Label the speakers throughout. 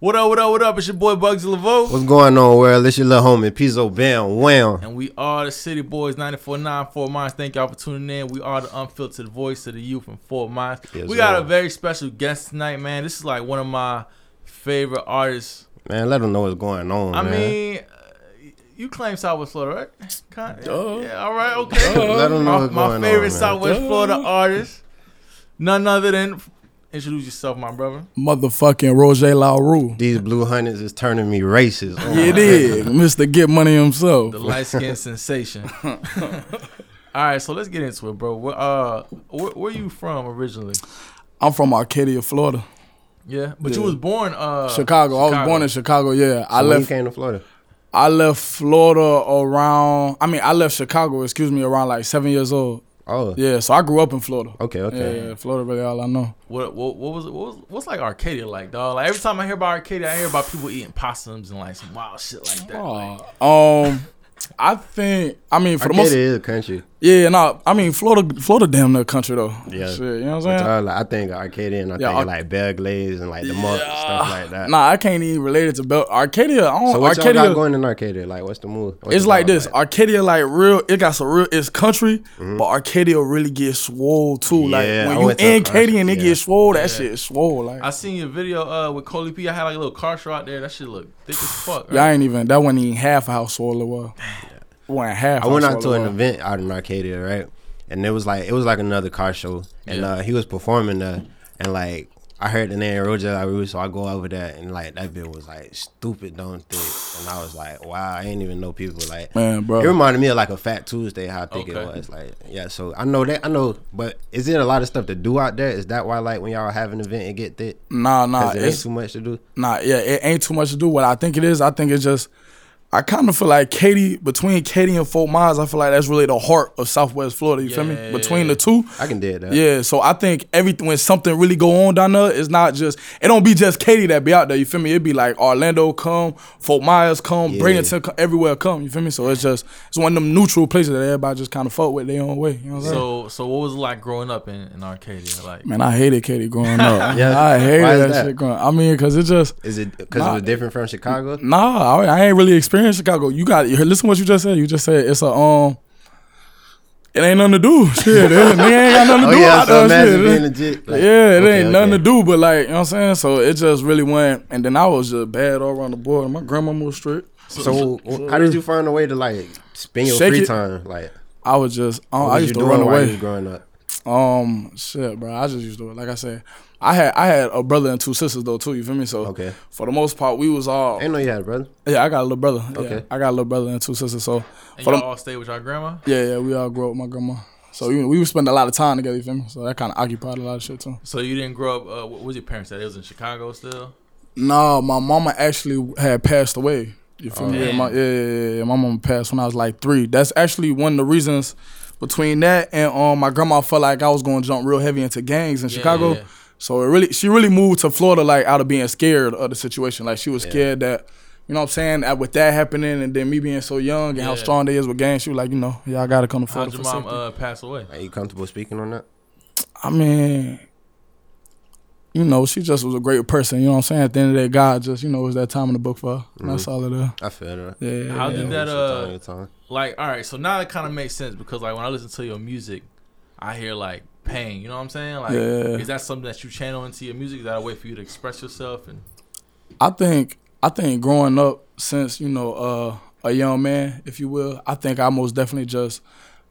Speaker 1: What up, what up, what up? It's your boy Bugs Laveau.
Speaker 2: What's going on, world? It's your little homie, Pizzo Bam Wham.
Speaker 1: And we are the City Boys 949 Fort Myers. Thank y'all for tuning in. We are the unfiltered voice of the youth from Fort Myers.
Speaker 2: Yes,
Speaker 1: we got
Speaker 2: sir.
Speaker 1: a very special guest tonight, man. This is like one of my favorite artists.
Speaker 2: Man, let them know what's going on,
Speaker 1: I
Speaker 2: man.
Speaker 1: mean, uh, you claim Southwest Florida, right? Kind
Speaker 3: Duh.
Speaker 1: Yeah, all right, okay.
Speaker 2: Let
Speaker 3: uh,
Speaker 2: 'em know
Speaker 1: my
Speaker 2: what's
Speaker 1: my
Speaker 2: going on,
Speaker 1: favorite
Speaker 2: man.
Speaker 1: Southwest
Speaker 3: Duh.
Speaker 1: Florida artist, none other than introduce yourself, my brother.
Speaker 3: motherfucking Roger LaRue.
Speaker 2: these blue hundreds is turning me racist. Oh,
Speaker 3: It
Speaker 2: my-
Speaker 3: is Mr. Get Money himself.
Speaker 1: the light skin sensation. All right, so let's get into it, bro. Where, uh, where, where you from originally?
Speaker 3: I'm from Arcadia, Florida,
Speaker 1: Yeah, but you
Speaker 3: Yeah.
Speaker 1: was born uh
Speaker 3: Chicago. I was born in Chicago. Yeah, I
Speaker 2: When
Speaker 3: left.
Speaker 2: You came to Florida.
Speaker 3: I left Florida around. I mean, I left Chicago. Excuse me, around like seven years old.
Speaker 2: Oh,
Speaker 3: Yeah, so I grew up in Florida.
Speaker 2: okay, okay.
Speaker 3: Yeah, yeah, Florida really all I know.
Speaker 1: What, what what was it? What was what's like Arcadia like, dog? Like every time I hear about Arcadia, I hear about people eating possums and like some wild shit like that.
Speaker 3: Oh, um, I think. I mean, for the
Speaker 2: Arcadia
Speaker 3: most.
Speaker 2: is a country.
Speaker 3: Yeah, no. I mean, Florida, Florida, damn near country though.
Speaker 2: Yeah.
Speaker 3: Shit, you know what I'm
Speaker 2: But
Speaker 3: saying?
Speaker 2: I, like, I think of Arcadia and I
Speaker 3: Yeah,
Speaker 2: think of
Speaker 3: Ar-
Speaker 2: like Bear Glaze and like the monk and stuff like that.
Speaker 3: Nah, I can't even relate it to Bel- Arcadia. I don't,
Speaker 2: so what
Speaker 3: Arcadia,
Speaker 2: y'all got going in Arcadia? Like, what's the move? What's
Speaker 3: It's
Speaker 2: the
Speaker 3: like
Speaker 2: vibe
Speaker 3: this. Arcadia, like real. It got some real. It's country, but Arcadia really gets swole too.
Speaker 2: Mm-hmm. Yeah, I
Speaker 3: like when you
Speaker 2: went to a
Speaker 3: in Katie and it
Speaker 2: concert, yeah.
Speaker 3: gets swole, that shit is swole. Like
Speaker 1: I seen your video uh with Coley P. I had like a little car show out there. That shit look thick as fuck.
Speaker 3: y'all
Speaker 1: Right?
Speaker 3: ain't even. That wasn't even half how swole it was. Wasn't half.
Speaker 2: I went
Speaker 3: how
Speaker 2: out to
Speaker 3: swole it
Speaker 2: an
Speaker 3: was.
Speaker 2: event out in Arcadia, right? And it was like it was like another car show, and
Speaker 1: Yeah.
Speaker 2: uh, he was performing there, and like I heard the name Roger LaRue, so I go over there, and like that bit was like stupid, don't thick, and I was like, wow, I didn't even know people like.
Speaker 3: Man, bro.
Speaker 2: It reminded me of like a Fat Tuesday, how thick
Speaker 1: Okay.
Speaker 2: it was. Like, yeah, so I know that I know, but is there a lot of stuff to do out there? Is that why like when y'all have an event it get thick?
Speaker 3: Nah, nah.
Speaker 2: Cause it ain't
Speaker 3: It's
Speaker 2: too much to do.
Speaker 3: nah. Yeah, it ain't too much to do. What I think it is, I think it's just. I kind of feel like Katie, between Katie and Fort Myers, I feel like that's really the heart of Southwest Florida. You feel
Speaker 1: Yeah.
Speaker 3: me? Between the two,
Speaker 2: I can dig that.
Speaker 3: Yeah, so I think everything when something really go on down there, it's not just it don't be just Katie that be out there. You feel me? It be like Orlando come, Fort Myers come,
Speaker 2: Yeah.
Speaker 3: Bradenton come, everywhere come. You feel me? So it's just it's one of them neutral places that everybody just kind of fuck with their own way. You know what I'm saying?
Speaker 1: So so what was it like growing up in, in Arcadia? Like
Speaker 3: Man, I hated Katie growing up.
Speaker 2: Yeah.
Speaker 3: yeah, I hated
Speaker 2: Why is
Speaker 3: that,
Speaker 2: that?
Speaker 3: shit growing. I mean, cause it just
Speaker 2: Is it because it
Speaker 3: Nah.
Speaker 2: was different from Chicago?
Speaker 3: nah. I, I ain't really experienced Chicago. You got you- listen to what you just said. You just said it's a um. It ain't nothing to do. Shit, they ain't got nothing to
Speaker 2: Oh
Speaker 3: do
Speaker 2: yeah,
Speaker 3: out
Speaker 2: so
Speaker 3: there.
Speaker 2: imagine
Speaker 3: shit.
Speaker 2: being legit. like-
Speaker 3: yeah, it
Speaker 2: Okay,
Speaker 3: ain't nothing
Speaker 2: okay.
Speaker 3: to do, but like, you know what I'm saying? So it just really went, and then I was just bad all around the board. My grandmama was strict.
Speaker 2: So, how did you find a way to like spend your
Speaker 3: Shake
Speaker 2: free
Speaker 3: it.
Speaker 2: time? Like,
Speaker 3: I was just, um,
Speaker 2: what
Speaker 3: I
Speaker 2: was
Speaker 3: used
Speaker 2: you
Speaker 3: to run
Speaker 2: doing while you was
Speaker 3: away.
Speaker 2: growing up?
Speaker 3: Um, shit, bro, I just used to, like I said, I had I had a brother and two sisters though too. You feel me? So
Speaker 2: Okay.
Speaker 3: for the most part, we was all
Speaker 2: I ain't know you had a brother.
Speaker 3: yeah. I got a little brother. Yeah,
Speaker 2: Okay.
Speaker 3: I got a little brother and two sisters. So
Speaker 1: and
Speaker 3: for
Speaker 1: y'all
Speaker 3: the,
Speaker 1: all stayed with your grandma?
Speaker 3: yeah, yeah, we all grew up with my grandma. So we we would spend a lot of time together. You feel me? So that kind of occupied a lot of shit too.
Speaker 1: So you didn't grow up. Uh, what was your parents at? It was in Chicago still.
Speaker 3: No, my mama actually had passed away. You feel me? Yeah,
Speaker 1: Oh, damn.
Speaker 3: my, yeah, yeah, yeah. My mama passed when I was like three. That's actually one of the reasons between that and um, my grandma felt like I was going to jump real heavy into gangs in
Speaker 1: Yeah,
Speaker 3: Chicago.
Speaker 1: yeah, yeah.
Speaker 3: So it really, she really moved to Florida like out of being scared of the situation. Like she was scared that, you know what I'm saying, that with that happening and then me being so young and how
Speaker 1: Yeah.
Speaker 3: strong they is with gangs, she was like, you know, y'all got to come to
Speaker 1: How'd
Speaker 3: Florida
Speaker 1: your
Speaker 3: for
Speaker 1: mom
Speaker 3: safety.
Speaker 1: uh, pass away?
Speaker 2: Are you comfortable speaking on that?
Speaker 3: I mean, you know, she just was a great person. You know what I'm saying? At the end of that, God just, you know, it was that time in the book for her. And That's all it is.
Speaker 2: I feel that.
Speaker 3: Yeah.
Speaker 1: How did that uh?
Speaker 2: Your tongue, your tongue.
Speaker 1: like all right so now it kind of makes sense because like when i listen to your music i hear like pain you know what i'm saying like
Speaker 3: Yeah.
Speaker 1: is that something that you channel into your music is that a way for you to express yourself and
Speaker 3: I think I think growing up since you know uh, a young man, if you will, I think I most definitely just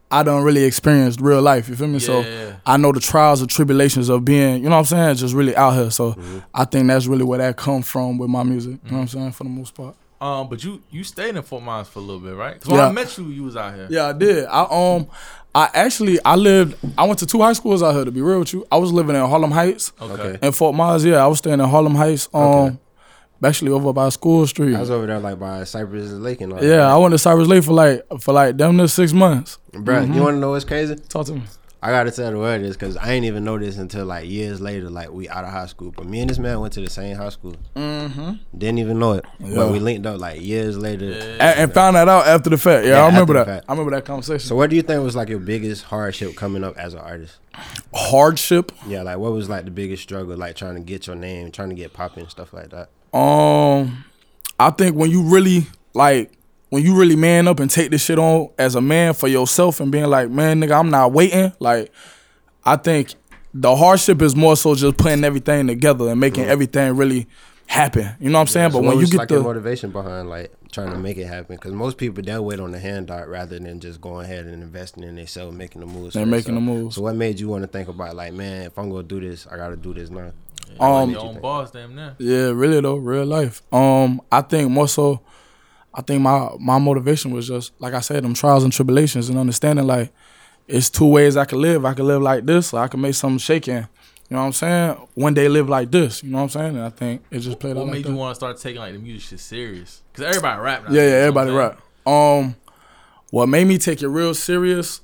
Speaker 3: I don't really experienced real life. You feel
Speaker 1: Yeah.
Speaker 3: me? So I know the trials and tribulations of being, you know what I'm saying, just really out here. So I think that's really where that come from with my music. You know
Speaker 1: Mm-hmm.
Speaker 3: what I'm saying? For the most part.
Speaker 1: um but you you stayed in fort myers for a little bit right 'Cause when i
Speaker 3: Yeah.
Speaker 1: met you you was out here
Speaker 3: Yeah, I did. I um, I actually I lived. I went to two high schools out here. To be real with you, I was living in Harlem Heights
Speaker 1: okay,
Speaker 2: Okay.
Speaker 3: and Fort Myers. Yeah, I was staying in Harlem Heights. Um,
Speaker 2: Okay.
Speaker 3: actually over by School Street.
Speaker 2: I was over there like by Cypress Lake and all.
Speaker 3: Yeah, I went to Cyrus Lake for like for like damn near six months.
Speaker 2: bro.
Speaker 3: Mm-hmm.
Speaker 2: You want to know what's crazy?
Speaker 3: Talk to me.
Speaker 2: I gotta tell the world this because I ain't even know this until like years later. Like we out of high school, but me and this man went to the same high school.
Speaker 3: Mm-hmm.
Speaker 2: Didn't even know it,
Speaker 3: Yeah.
Speaker 2: but we linked up like years later.
Speaker 3: And, and found that out after the fact. Yeah,
Speaker 2: Yeah,
Speaker 3: I
Speaker 2: after
Speaker 3: remember
Speaker 2: the
Speaker 3: that.
Speaker 2: fact.
Speaker 3: I remember that conversation.
Speaker 2: So, what do you think was like your biggest hardship coming up as an artist?
Speaker 3: hardship.
Speaker 2: Yeah, like what was like the biggest struggle, like trying to get your name, trying to get popping, stuff like that.
Speaker 3: Um, I think when you really like when you really man up and take this shit on as a man for yourself and being like, man, nigga, I'm not waiting. Like, I think the hardship is more so just putting everything together and making everything really happen. You know what I'm saying? But
Speaker 2: So
Speaker 3: when you
Speaker 2: what's,
Speaker 3: get
Speaker 2: like
Speaker 3: the
Speaker 2: your motivation behind like trying to make it happen, because most people they'll wait on the hand dart rather than just going ahead and investing in themselves, making the moves.
Speaker 3: They're
Speaker 2: for
Speaker 3: making the
Speaker 2: themselves.
Speaker 3: moves.
Speaker 2: So what made you want to think about like, man, if I'm gonna do this, I gotta do this now.
Speaker 3: Um,
Speaker 1: your own boss, damn near.
Speaker 3: Yeah, really though, real life. Um, I think more so, I think my my motivation was just like I said, them trials and tribulations and understanding like it's two ways I could live. I could live like this, or I could make something shaking. You know what I'm saying? One day live like this. You know what I'm saying? And I think it just played out
Speaker 1: What
Speaker 3: like
Speaker 1: made
Speaker 3: that.
Speaker 1: you want to start taking like the music shit serious? Cause everybody rap now.
Speaker 3: yeah,
Speaker 1: you
Speaker 3: yeah,
Speaker 1: know what I'm
Speaker 3: everybody
Speaker 1: saying?
Speaker 3: rap. Um, what made me take it real serious?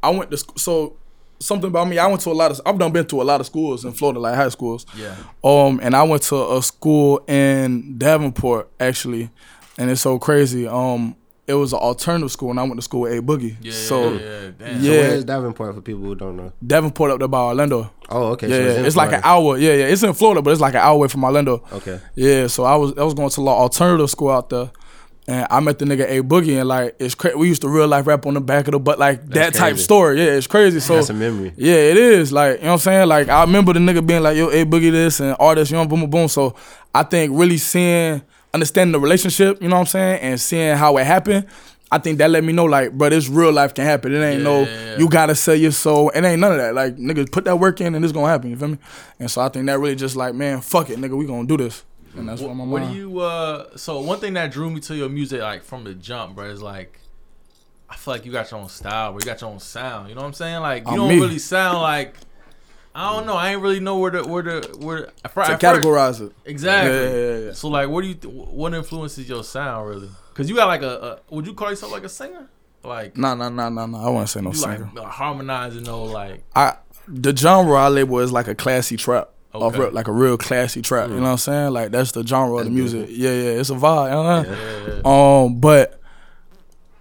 Speaker 3: I went to school, so something about me. I went to a lot of. I've done been to a lot of schools in Florida, like high schools.
Speaker 1: Yeah.
Speaker 3: Um, and I went to a school in Davenport actually, and it's so crazy. Um, it was an alternative school, and I went to school with A Boogie.
Speaker 1: Yeah,
Speaker 3: so
Speaker 1: yeah, yeah, damn.
Speaker 3: yeah.
Speaker 2: So where's Davenport for people who don't know?
Speaker 3: Davenport up there by Orlando.
Speaker 2: Oh, okay.
Speaker 3: Yeah,
Speaker 2: so
Speaker 3: yeah.
Speaker 2: in
Speaker 3: it's like an
Speaker 2: Florida.
Speaker 3: hour. Yeah, yeah, it's in Florida, but it's like an hour away from Orlando.
Speaker 2: Okay.
Speaker 3: Yeah, so I was I was going to like alternative school out there. And I met the nigga A Boogie and like it's cra- we used to real life rap on the back of the butt like that type
Speaker 2: crazy.
Speaker 3: story. Yeah, it's crazy. So
Speaker 2: That's a memory.
Speaker 3: yeah, it is. Like, you know what I'm saying? Like, I remember the nigga being like, yo, A Boogie this and all this, you know, boom, boom, boom. So I think really seeing, understanding the relationship, you know what I'm saying, and seeing how it happened, I think that let me know, like, bro, this real life can happen. It ain't no,
Speaker 1: Yeah, yeah, yeah.
Speaker 3: you gotta sell your soul. It ain't none of that. Like, nigga, put that work in and it's gonna happen, you feel me? And so I think that really just like, man, fuck it, nigga, we gonna do this. And that's what my
Speaker 1: What do
Speaker 3: mind.
Speaker 1: you uh? So one thing that drew me to your music, like from the jump, bro, is like, I feel like you got your own style, bro. You got your own sound. You know what I'm saying? Like you
Speaker 3: I'm
Speaker 1: don't
Speaker 3: me.
Speaker 1: really sound like. I don't know. I ain't really know where the where the where. The, at fir-
Speaker 3: to
Speaker 1: at first-
Speaker 3: categorize it.
Speaker 1: Exactly.
Speaker 3: Yeah, yeah, yeah, yeah.
Speaker 1: So like, what do you? Th- what influences your sound really? Cause you got like a, a. Would you call yourself like a singer? Like
Speaker 3: Nah, nah, nah, nah, nah. I wouldn't say no
Speaker 1: you
Speaker 3: singer.
Speaker 1: like harmonizing though, like
Speaker 3: I the genre I label is like a classy trap. Off
Speaker 1: Okay.
Speaker 3: rip, like a real classy trap.
Speaker 2: Mm.
Speaker 3: You know what I'm saying? Like that's the genre of the music. Yeah, yeah. It's a vibe. uh Um, but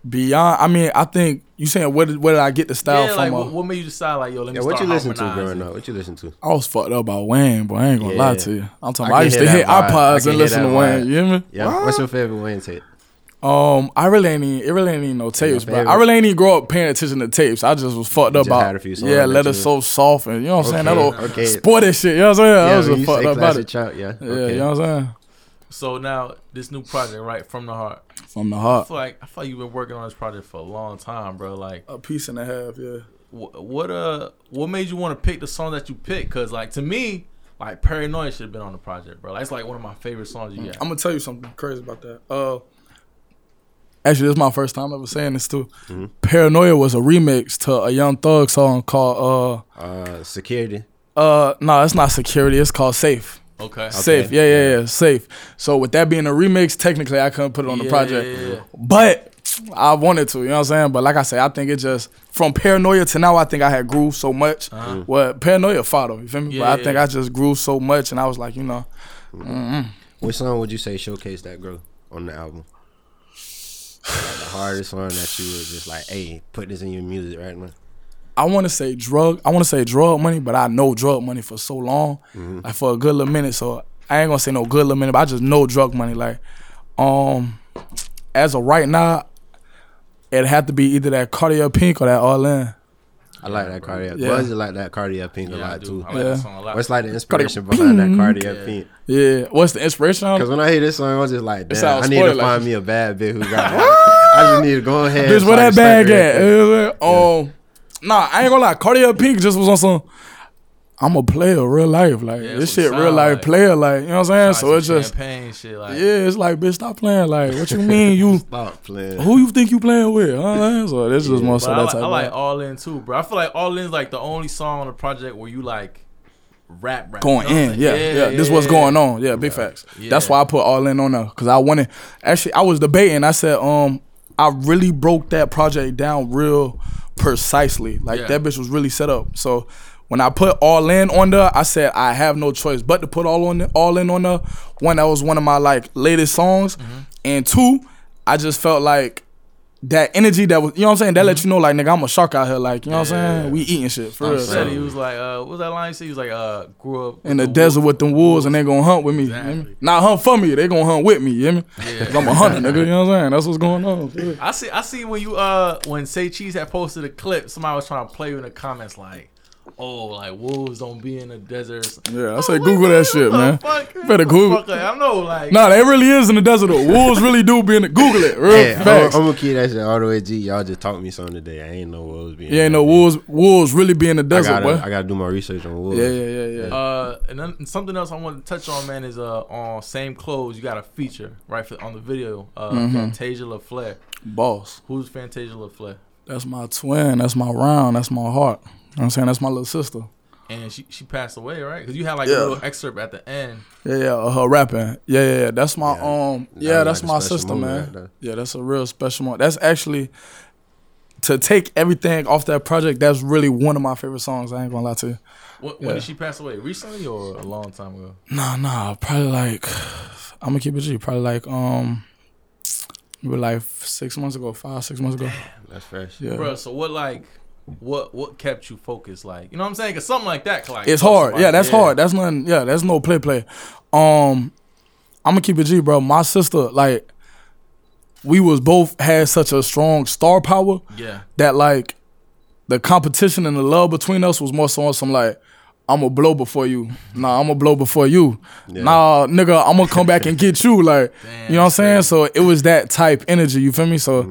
Speaker 3: beyond I mean, I think you saying where did where did I get the
Speaker 1: yeah,
Speaker 3: style from?
Speaker 1: like
Speaker 3: uh,
Speaker 1: what, what made you decide like yo? Let me
Speaker 2: Yeah, what you
Speaker 1: start
Speaker 2: listen to
Speaker 1: harmonizing?
Speaker 2: growing up? What you listen to?
Speaker 3: I was fucked up by Wayne, but I ain't gonna lie
Speaker 2: Yeah.
Speaker 3: to you. I'm
Speaker 2: I
Speaker 3: talking
Speaker 2: can
Speaker 3: about I used
Speaker 2: hear
Speaker 3: to hit
Speaker 2: that vibe. I can
Speaker 3: iPods and
Speaker 2: hear
Speaker 3: listen
Speaker 2: that
Speaker 3: to Wayne. You hear me?
Speaker 2: Yeah. What's your favorite Wayne tape?
Speaker 3: Um, I really ain't even, it really ain't even no tapes, but I
Speaker 2: favorite.
Speaker 3: really ain't even grow up paying attention to tapes. I just was fucked up
Speaker 2: just
Speaker 3: about
Speaker 2: had a few songs
Speaker 3: yeah,
Speaker 2: that
Speaker 3: let it
Speaker 2: you-
Speaker 3: so soft and you know what I'm saying that
Speaker 2: Okay,
Speaker 3: little
Speaker 2: okay.
Speaker 3: sporty shit. You know what I'm saying? I was
Speaker 2: when
Speaker 3: just
Speaker 2: you
Speaker 3: fucked
Speaker 2: say
Speaker 3: up about
Speaker 2: classic
Speaker 3: it.
Speaker 2: trap, yeah.
Speaker 3: Yeah, you know what I'm saying?
Speaker 1: So now this new project, right from the heart.
Speaker 3: From the
Speaker 1: I
Speaker 3: heart.
Speaker 1: feel like I feel like you've been working on this project for a long time, bro. Like,
Speaker 3: A piece and a half, yeah.
Speaker 1: wh- what uh, what made you want to pick the song that you picked? Cause like to me, like Paranoia should have been on the project, bro. Like, it's like one of my favorite songs you got.
Speaker 3: I'm gonna tell you something crazy about that. Uh actually this is my first time ever saying this too.
Speaker 2: Mm-hmm.
Speaker 3: Paranoia was a remix to a young thug song called
Speaker 2: Uh, security.
Speaker 3: uh uh no, it's not security, it's called Safe.
Speaker 1: Okay.
Speaker 3: Safe, yeah, yeah, yeah, safe. So with that being a remix, technically I couldn't put it on the
Speaker 1: Yeah,
Speaker 3: project,
Speaker 1: yeah, yeah.
Speaker 3: but I wanted to. You know what I'm saying? But like I said, I think it just from paranoia to now, I think I had grew so much. Well, paranoia follow, you feel me?
Speaker 1: Yeah,
Speaker 3: but I
Speaker 1: Uh-huh. yeah,
Speaker 3: think
Speaker 1: yeah.
Speaker 3: I just grew so much, and I was like, you know,
Speaker 2: Which song would you say showcased that growth on the album? Like the hardest one that you was just like, hey, put this in your music right now.
Speaker 3: I want to say drug, I want to say drug money, but I know drug money for so long, like for a good little minute. So I ain't gonna say no good little minute, but I just know drug money. Like, um, as of right now, it had to be either that cardio pink or that all in.
Speaker 2: I like that cardiac.
Speaker 3: Yeah.
Speaker 2: Buzz like that cardiac pink a
Speaker 1: Yeah, I
Speaker 2: lot
Speaker 1: do.
Speaker 2: too.
Speaker 1: I like
Speaker 3: Yeah.
Speaker 1: that song a lot.
Speaker 2: What's like the inspiration behind that cardiac pink?
Speaker 3: Yeah, what's the inspiration?
Speaker 2: Because when I hear this song, I was just like, damn,
Speaker 3: sounds
Speaker 2: I need to
Speaker 3: spoiler.
Speaker 2: find me a bad bitch who got it. I just need to go ahead.
Speaker 3: Bitch,
Speaker 2: and
Speaker 3: where
Speaker 2: find
Speaker 3: that
Speaker 2: a
Speaker 3: bag
Speaker 2: sniper and-
Speaker 3: at? Uh, Um, nah, I ain't gonna lie. Cardio Pink just was on some. I'm a player, real life. Like
Speaker 1: Yeah,
Speaker 3: this
Speaker 1: that's what it
Speaker 3: shit, real
Speaker 1: sound
Speaker 3: life
Speaker 1: like.
Speaker 3: player. Like you know what I'm saying.
Speaker 1: Like
Speaker 3: So
Speaker 1: some
Speaker 3: it's just
Speaker 1: champagne shit. Like,
Speaker 3: yeah, it's like bitch, stop playing. Like what you mean you?
Speaker 2: Stop playing.
Speaker 3: Who you think you playing with? Huh? So this is more
Speaker 1: But
Speaker 3: so
Speaker 1: I,
Speaker 3: that
Speaker 1: like,
Speaker 3: type.
Speaker 1: I
Speaker 3: of-
Speaker 1: like All In too, bro. I feel like All In's like the only song on the project where you like rap, rap You
Speaker 3: going
Speaker 1: know what I'm
Speaker 3: in.
Speaker 1: saying?
Speaker 3: Yeah, yeah. This what's going on. Yeah, big facts. That's
Speaker 1: Yeah.
Speaker 3: why I put all in on there because I wanted. Actually, I was debating. I said, um, I really broke that project down real precisely. Like
Speaker 1: Yeah.
Speaker 3: that bitch was really set up. So. When I put all in on there, I said I have no choice but to put all on all in on there.
Speaker 1: Mm-hmm.
Speaker 3: One that was one of my like latest songs, and two, I just felt like that energy that was, you know what I'm saying? That
Speaker 1: Mm-hmm.
Speaker 3: let you know, like, nigga, I'm a shark out here. Like, you know what I'm saying? We eating shit for real.
Speaker 1: Said he was like, uh, what was that line? He said he was like, uh, grew up
Speaker 3: in the
Speaker 1: with
Speaker 3: desert with them wolves and they gonna hunt with me. you hear me?
Speaker 1: Exactly.
Speaker 3: Not hunt for me, they gonna hunt with me, you hear me? 'Cause I'm a hunter, nigga, you know what I'm saying? That's what's going on. for real.
Speaker 1: I see. I see when you uh when Say Cheese had posted a clip, somebody was trying to play you in the comments like, "Oh, like wolves don't be in the deserts."
Speaker 3: Yeah, I said Google that shit, man. Better Google.
Speaker 1: I know, like,
Speaker 3: Nah, they really is in the desert though. Wolves really do be in the Google it, real
Speaker 2: Hey, I'm, I'm
Speaker 3: facts.
Speaker 2: gonna keep that shit all the way G. Y'all just taught me something today. I ain't know what was being.
Speaker 3: You ain't no wolves wolves really be in the
Speaker 2: I
Speaker 3: desert,
Speaker 2: gotta,
Speaker 3: boy.
Speaker 2: I gotta do my research on wolves.
Speaker 3: Yeah, yeah, yeah, yeah.
Speaker 1: uh, and then something else I wanted to touch on, man, is uh on same clothes you got a feature right for, on the video, uh,
Speaker 3: Mm-hmm.
Speaker 1: Fantasia LaFleur.
Speaker 3: Boss.
Speaker 1: Who's Fantasia LaFleur?
Speaker 3: That's my twin, that's my round, that's my heart. You know what I'm saying? That's my little sister.
Speaker 1: And she she passed away, right? Because you had like
Speaker 3: Yeah.
Speaker 1: a little excerpt at the end.
Speaker 3: Yeah, yeah, uh, her rapping. Yeah, yeah, yeah. That's my um.
Speaker 2: That
Speaker 3: Yeah,
Speaker 2: was
Speaker 3: that's
Speaker 2: like a
Speaker 3: my
Speaker 2: special
Speaker 3: sister,
Speaker 2: moment
Speaker 3: man.
Speaker 2: right there.
Speaker 3: yeah, that's a real special moment. That's actually to take everything off that project. That's really one of my favorite songs. I ain't gonna lie to you.
Speaker 1: When, when
Speaker 3: Yeah.
Speaker 1: did she pass away? Recently or a long time ago?
Speaker 3: Nah, nah. Probably like I'm gonna keep it G. Probably like um, maybe like six months ago, five, six months ago.
Speaker 2: That's fresh.
Speaker 3: Yeah.
Speaker 1: Bro, so what like what what kept you focused? Like, you know what I'm saying? Cause something like that, like
Speaker 3: It's hard. Yeah, that's
Speaker 1: Yeah.
Speaker 3: hard. That's nothing. Yeah, that's no play play. Um, I'm gonna keep it G, bro. My sister, like, we was both had such a strong star power.
Speaker 1: Yeah.
Speaker 3: that like the competition and the love between us was more so on some like I'm gonna blow before you. Nah, I'm gonna blow before you. Nah, nigga, I'm gonna come back and get you. Like,
Speaker 1: Damn,
Speaker 3: you know what I'm saying? So it was that type energy. You feel me? So,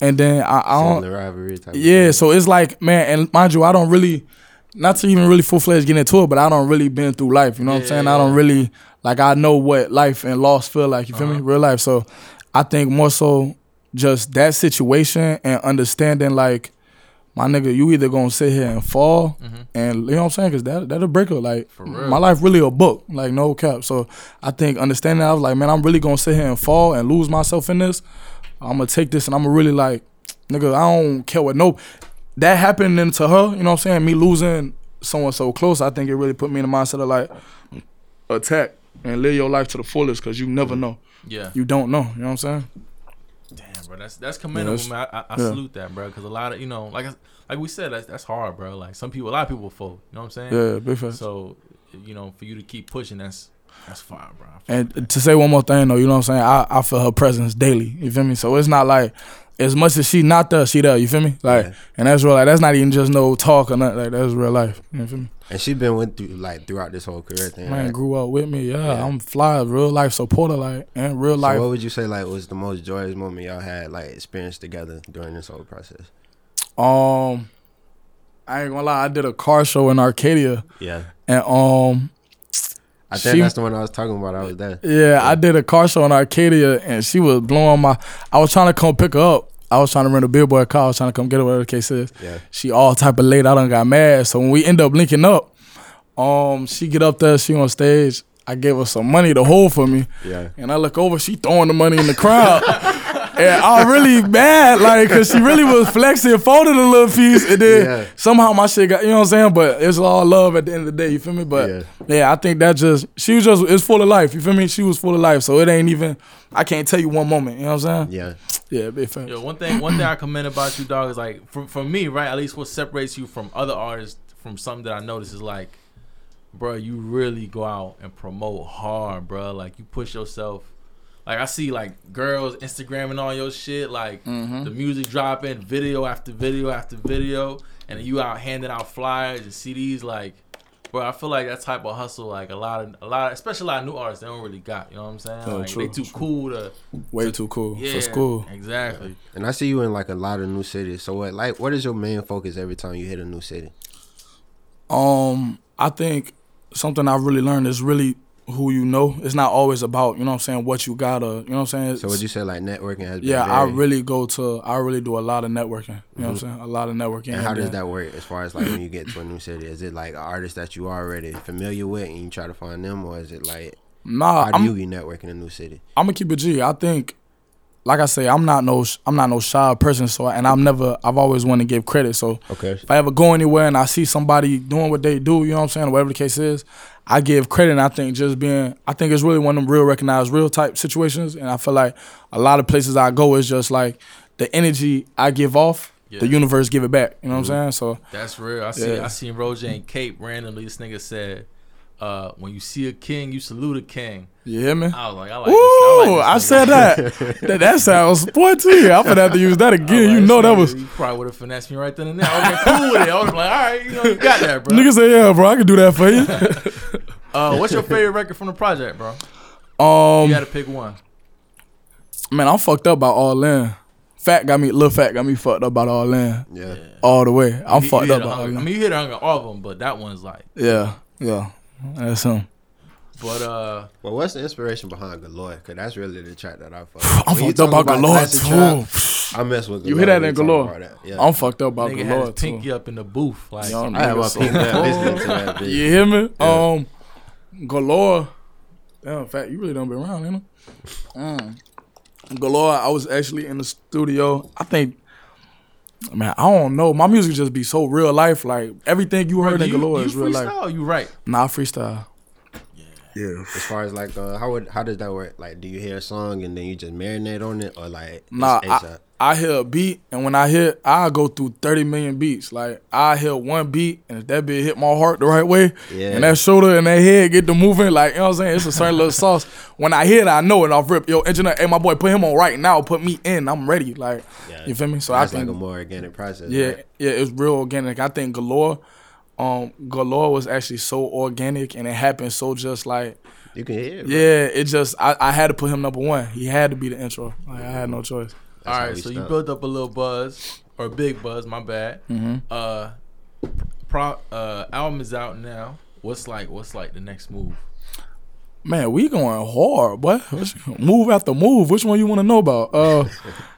Speaker 3: and then I, I don't.
Speaker 2: Sibling rivalry type. of
Speaker 3: Uh, Yeah,
Speaker 2: thing.
Speaker 3: so it's like, man, and mind you, I don't really, not to even really full fledged get into it, but I don't really been through life. You know what I'm saying? I don't really, like, I know what life and loss feel like. You feel me? Real life. So I think more so just that situation and understanding, like, my nigga, you either gonna sit here and fall, and you know what I'm saying? Cause that that'll break up. Like
Speaker 1: Mm-hmm. real.
Speaker 3: my life really a book, like no cap. So I think understanding, that, I was like, man, I'm really gonna sit here and fall and lose myself in this. I'm gonna take this and I'm gonna really like, nigga, I don't care what no. That happening to her, you know what I'm saying? Me losing someone so close, I think it really put me in the mindset of like, attack and live your life to the fullest, cause you never know.
Speaker 1: Yeah.
Speaker 3: You don't know. You know what I'm saying?
Speaker 1: Damn, bro, that's that's commendable,
Speaker 3: that's-
Speaker 1: man. I, I, I
Speaker 3: yeah.
Speaker 1: salute that, bro, because a lot of you know, like I- like we said, that's that's hard, bro. Like some people, a lot of people fold. You know what I'm saying?
Speaker 3: Yeah, big facts.
Speaker 1: So, you know, for you to keep pushing, that's that's fine, bro.
Speaker 3: And to say one more thing though, you know what I'm saying? I, I feel her presence daily. You feel me? So it's not like as much as she not there, she there. You feel me? Like, and that's real. Like that's not even just no talk or nothing. Like that's real life. You feel me?
Speaker 2: and she been went through like throughout this whole career thing.
Speaker 3: Man
Speaker 2: right?
Speaker 3: grew up with me. Yeah, I'm fly, real life supporter, like and real life.
Speaker 2: So what would you say like was the most joyous moment y'all had like experienced together during this whole process?
Speaker 3: um, I ain't gonna lie. I did a car show in Arcadia,
Speaker 2: Yeah,
Speaker 3: and um,
Speaker 2: I think
Speaker 3: She-
Speaker 2: that's the one I was talking about. I was there.
Speaker 3: Yeah, I did a car show in Arcadia, and she was blowing my. I was trying to come pick her up. I was trying to rent a billboard car. I was trying to come get her, whatever the case is.
Speaker 2: Yeah.
Speaker 3: She all type of late. I done got mad. So when we end up linking up, um, she get up there. She on stage. I gave her some money to hold for me.
Speaker 2: Yeah.
Speaker 3: And I look over. She throwing the money in the crowd. and I'm really mad, like, cause she really was flexing, folding a little piece, and then
Speaker 2: Yeah.
Speaker 3: somehow my shit got. You know what I'm saying? But it's all love at the end of the day. You feel me? But
Speaker 2: Yeah.
Speaker 3: yeah. I think that just she was just it's full of life. You feel me? She was full of life, so it ain't even. I can't tell you one moment. You know what I'm saying?
Speaker 2: Yeah,
Speaker 3: Yeah, big facts.
Speaker 1: Yo, one thing, one thing I commend about you, dog, is like for for me, right? At least what separates you from other artists from something that I notice is like, bro, you really go out and promote hard, bro. Like you push yourself. Like I see like girls Instagramming all your shit, like
Speaker 3: Mm-hmm.
Speaker 1: the music dropping, video after video after video, and then you out handing out flyers and CDs, like. Bro, I feel like that type of hustle, like a lot of, a lot, especially a lot of new artists, they don't really got. You know what I'm saying?
Speaker 3: Oh,
Speaker 1: like
Speaker 3: true,
Speaker 1: they too
Speaker 3: true.
Speaker 1: cool to,
Speaker 3: Way too cool
Speaker 1: yeah,
Speaker 3: for school.
Speaker 1: Exactly.
Speaker 2: and I see you in like a lot of new cities. So what like what is your main focus every time you hit a new city?
Speaker 3: Um, I think something I really learned is really who you know. It's not always about you know what I'm saying what you got to you know what I'm saying.
Speaker 2: So would you say like networking has been?
Speaker 3: yeah, I
Speaker 2: very-
Speaker 3: really go to. I really do a lot of networking. You know what I'm saying? A lot of networking.
Speaker 2: Mm-hmm. And how does
Speaker 3: then-
Speaker 2: that work as far as like when you get to a new city? Is it like an artist that you already familiar with and you try to find them, or is it like
Speaker 3: Nah,
Speaker 2: how do
Speaker 3: I'm,
Speaker 2: you get network in a new city?
Speaker 3: I'm gonna keep it G. I think, like I say, I'm not no I'm not no shy person. So and I'm never I've always wanted to give credit. So
Speaker 2: Okay.
Speaker 3: if I ever go anywhere and I see somebody doing what they do, you know what I'm saying, whatever the case is, I give credit. And I think just being I think it's really one of them real recognized real type situations. And I feel like a lot of places I go is just like the energy I give off,
Speaker 1: Yeah.
Speaker 3: the universe give it back. You know what I'm saying? So
Speaker 1: That's real. I see.
Speaker 3: Yeah.
Speaker 1: I seen Roger and Cape randomly. This nigga said, uh, "When you see a king, you salute a king."
Speaker 3: you hear me?
Speaker 1: I was like, "I like this. I,
Speaker 3: Ooh, I said that. that. That sounds boy to you. I'm gonna have to use that again. you know that was
Speaker 1: You probably would have finessed me right then and there. I was cool with it. I was like, "All right, you know, you got that, bro."
Speaker 3: niggas say yeah, bro. I can do that for you.
Speaker 1: Uh, what's your favorite record from the project, bro? You
Speaker 3: Um,
Speaker 1: gotta pick one.
Speaker 3: man, I'm fucked up by all in. Fat got me, little fat got me fucked up by all in
Speaker 2: Yeah.
Speaker 3: all the way. I'm
Speaker 1: You- you
Speaker 3: fucked
Speaker 1: hit
Speaker 3: up
Speaker 1: a
Speaker 3: by all
Speaker 1: hundred- I
Speaker 3: in.
Speaker 1: mean, you hit a hunger all of them, but that one's like.
Speaker 3: Yeah, yeah, that's him.
Speaker 1: But uh,
Speaker 2: Well, what's the inspiration behind Galore? Because that's really the track that I fuck.
Speaker 3: I'm
Speaker 2: When you
Speaker 3: fucked up by
Speaker 2: talk about
Speaker 3: Galore
Speaker 2: classic
Speaker 3: too.
Speaker 2: trap, I mess with Galore.
Speaker 3: You hear that
Speaker 2: when
Speaker 3: in
Speaker 2: talk
Speaker 3: Galore?
Speaker 2: about that. Yeah.
Speaker 3: I'm fucked up
Speaker 1: nigga
Speaker 3: by
Speaker 1: had his
Speaker 3: Galore too.
Speaker 1: pinky up in the booth, like.
Speaker 3: Y'all
Speaker 2: I had my
Speaker 3: niggas so
Speaker 2: pink up listening to
Speaker 3: cold.
Speaker 2: that bitch.
Speaker 3: You hear me?
Speaker 2: Yeah.
Speaker 3: Um, galore. Damn, in fact, you really don't be around, you know. Mm. Galore. I was actually in the studio. I think. Man, I don't know. My music just be so real life. Like everything you
Speaker 1: Bro,
Speaker 3: heard
Speaker 1: do
Speaker 3: in
Speaker 1: you,
Speaker 3: Galore
Speaker 1: you
Speaker 3: is real life.
Speaker 1: freestyle. or You right?
Speaker 3: Nah, freestyle.
Speaker 2: As far as like, uh, how would how does that work? Like, do you hear a song and then you just marinate on it, or like, it's
Speaker 3: Nah, I,
Speaker 2: ASAP?
Speaker 3: I hear a beat, and when I hear, I go through thirty million beats. Like I hear one beat, and if that beat hit my heart the right way,
Speaker 2: Yeah.
Speaker 3: and that shoulder and that head get to moving, like you know what I'm saying, it's a certain little sauce. When I hear it, I know it off rip. Yo, engineer, hey my boy, put him on right now. Put me in. I'm ready. Like
Speaker 2: Yeah.
Speaker 3: you feel me? So
Speaker 2: that's
Speaker 3: I can,
Speaker 2: like a more organic process.
Speaker 3: yeah,
Speaker 2: right?
Speaker 3: yeah, it's real organic. I think galore, um, galore was actually so organic, and it happened so just like
Speaker 2: you can hear. It, bro.
Speaker 3: yeah, it just I, I had to put him number one. He had to be the intro. Like I had no choice.
Speaker 2: That's
Speaker 1: All
Speaker 2: how
Speaker 1: right,
Speaker 2: we
Speaker 1: so you
Speaker 2: start.
Speaker 1: built up a little buzz or big buzz, my bad.
Speaker 3: Mm-hmm.
Speaker 1: Uh, pro uh, album is out now. What's like? What's like the next move?
Speaker 3: Man, we going hard, boy. Which- move after move. Which one you want to know about? Uh,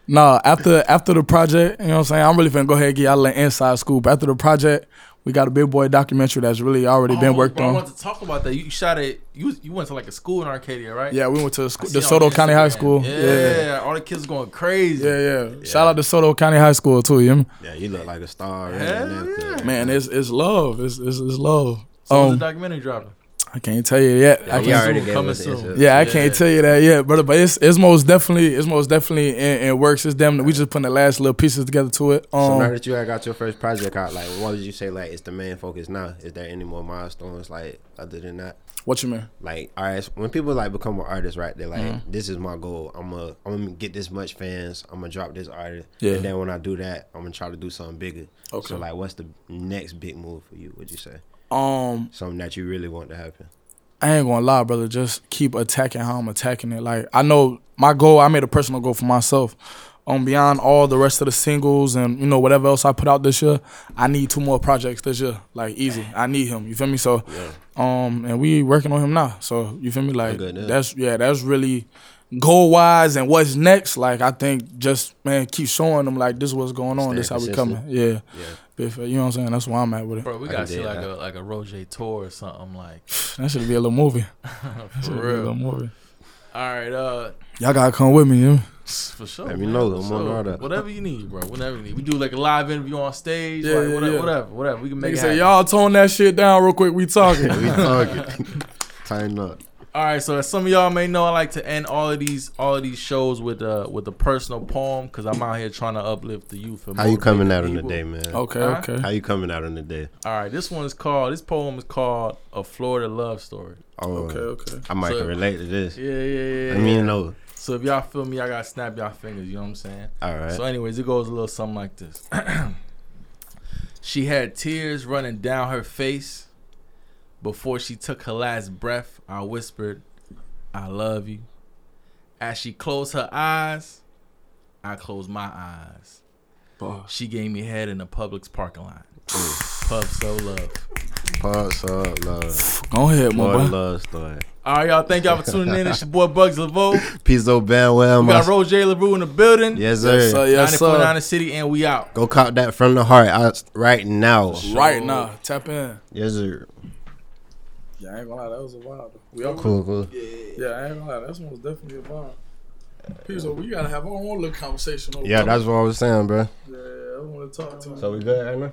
Speaker 3: nah. After after the project, you know what I'm saying. I'm really finna go ahead and get y'all a little inside scoop. After the project, we got a big boy documentary that's really already been
Speaker 1: Oh,
Speaker 3: worked
Speaker 1: bro, I
Speaker 3: on.
Speaker 1: want to talk about that. You shot it. You you went to like a school in Arcadia, right?
Speaker 3: Yeah, we went to school,
Speaker 1: I
Speaker 3: the
Speaker 1: seen on
Speaker 3: Soto County High
Speaker 1: Instagram.
Speaker 3: School.
Speaker 1: Yeah,
Speaker 3: Yeah,
Speaker 1: all the kids going crazy.
Speaker 3: yeah, yeah. Shout out to Soto County High School too. You hear me?
Speaker 2: Yeah, you look like a star. Right
Speaker 1: Hell
Speaker 2: in that
Speaker 1: yeah.
Speaker 2: clip.
Speaker 3: man, it's it's love. It's it's, it's love.
Speaker 1: So when's
Speaker 3: Um,
Speaker 1: the documentary dropping.
Speaker 3: I can't tell you yet. I
Speaker 2: Yeah,
Speaker 3: can't
Speaker 2: Oh, we already
Speaker 1: soon,
Speaker 2: gave
Speaker 1: coming
Speaker 2: us the
Speaker 1: soon.
Speaker 2: answer.
Speaker 3: Yeah, I
Speaker 1: Yeah.
Speaker 3: can't tell you that yet, brother. But it's it's most definitely it's most definitely in, in works. It's damn. We just putting the last little pieces together to it.
Speaker 2: So
Speaker 3: Um,
Speaker 2: now that you had got your first project out, like, what would you say? Like, is the main focus now? Is there any more milestones like other than that?
Speaker 3: what you mean?
Speaker 2: like artists when people like become an artist right they're like this is my goal i'm gonna i'm gonna get this much fans i'm gonna drop this artist
Speaker 3: Yeah.
Speaker 2: and then when i do that i'm gonna try to do something bigger okay
Speaker 3: Okay.
Speaker 2: so like what's the next big move for you would you say
Speaker 3: Um,
Speaker 2: something that you really want to happen
Speaker 3: I ain't gonna lie, brother. Just keep attacking how I'm attacking it. Like I know my goal. I made a personal goal for myself. Um, beyond all the rest of the singles and you know whatever else I put out this year, I need two more projects this year. Like easy, I need him. You feel me? So, um, and we working on him now. So you feel me? Like
Speaker 2: good, yeah.
Speaker 3: that's yeah, that's really goal wise and what's next. Like I think just man, keep showing them like this is what's going on.
Speaker 2: Staying
Speaker 3: This how we
Speaker 2: consistent.
Speaker 3: coming. Yeah,
Speaker 2: yeah
Speaker 3: If- you know what I'm saying. That's where I'm at with it.
Speaker 1: Bro, we
Speaker 2: I
Speaker 1: gotta
Speaker 2: can
Speaker 1: see
Speaker 2: dig
Speaker 1: like
Speaker 2: that.
Speaker 1: a like a Roger tour or something like.
Speaker 3: That should be a little movie. That
Speaker 1: For
Speaker 3: should be a little
Speaker 1: real.
Speaker 3: movie.
Speaker 1: All right, uh,
Speaker 3: Y'all gotta come with me. You know?
Speaker 1: for sure.
Speaker 2: Let me
Speaker 1: man,
Speaker 2: know,
Speaker 1: for
Speaker 2: I'm on
Speaker 1: sure.
Speaker 2: all that.
Speaker 1: Whatever you need, bro. Whatever you need. We do like a live interview on stage.
Speaker 3: Yeah,
Speaker 1: like,
Speaker 3: yeah,
Speaker 1: whatever,
Speaker 3: yeah.
Speaker 1: whatever, whatever. We can make
Speaker 3: Nigga
Speaker 1: it
Speaker 3: say,
Speaker 1: happen.
Speaker 3: y'all tone that shit down real quick. We talking.
Speaker 2: we talking time up
Speaker 1: All right, so as some of y'all may know, I like to end all of these all of these shows with a with a personal poem because I'm out here trying to uplift the youth. And
Speaker 2: how you
Speaker 1: motivate
Speaker 2: coming out on the
Speaker 1: people.
Speaker 2: day man
Speaker 3: okay,
Speaker 1: Huh?
Speaker 3: okay.
Speaker 2: how you coming out on the day
Speaker 1: All right, this one is called. This poem is called "A Florida Love Story."
Speaker 2: oh
Speaker 3: Okay, okay.
Speaker 2: i might
Speaker 1: So-
Speaker 2: can relate to this
Speaker 1: Yeah, yeah, yeah.
Speaker 2: i mean no
Speaker 1: so if y'all feel me, I gotta snap y'all fingers. You know what I'm saying?
Speaker 2: all right
Speaker 1: So, anyways, it goes a little something like this. she had tears running down her face. Before she took her last breath, I whispered, I love you. As she closed her eyes, I closed my eyes.
Speaker 3: Pause.
Speaker 1: She gave me head in the Publix parking lot. Pub so love.
Speaker 2: Pulse up love
Speaker 3: Go ahead, my
Speaker 2: more
Speaker 3: boy.
Speaker 2: love story
Speaker 1: All right, y'all. Thank y'all for tuning in. It's your boy Bugs LaVoe.
Speaker 2: pizzo bandwagon
Speaker 1: We
Speaker 2: my-
Speaker 1: got Roger LaRue in the building.
Speaker 2: yes sir
Speaker 3: Yes, sir. Yes,
Speaker 1: 94.9
Speaker 3: sir.
Speaker 1: the city, and we out.
Speaker 2: Go cop that from the heart out right now.
Speaker 3: Right now, tap in.
Speaker 2: Yes, sir.
Speaker 3: Yeah, I ain't gonna lie, that was a vibe. We all
Speaker 2: Cool, cool.
Speaker 3: Yeah, I ain't gonna lie, that one was definitely a vibe. Pizzo, we gotta have our own little conversation. Over
Speaker 2: Yeah, that's what I was saying, bro.
Speaker 3: yeah, I want to talk to him.
Speaker 2: we good right now?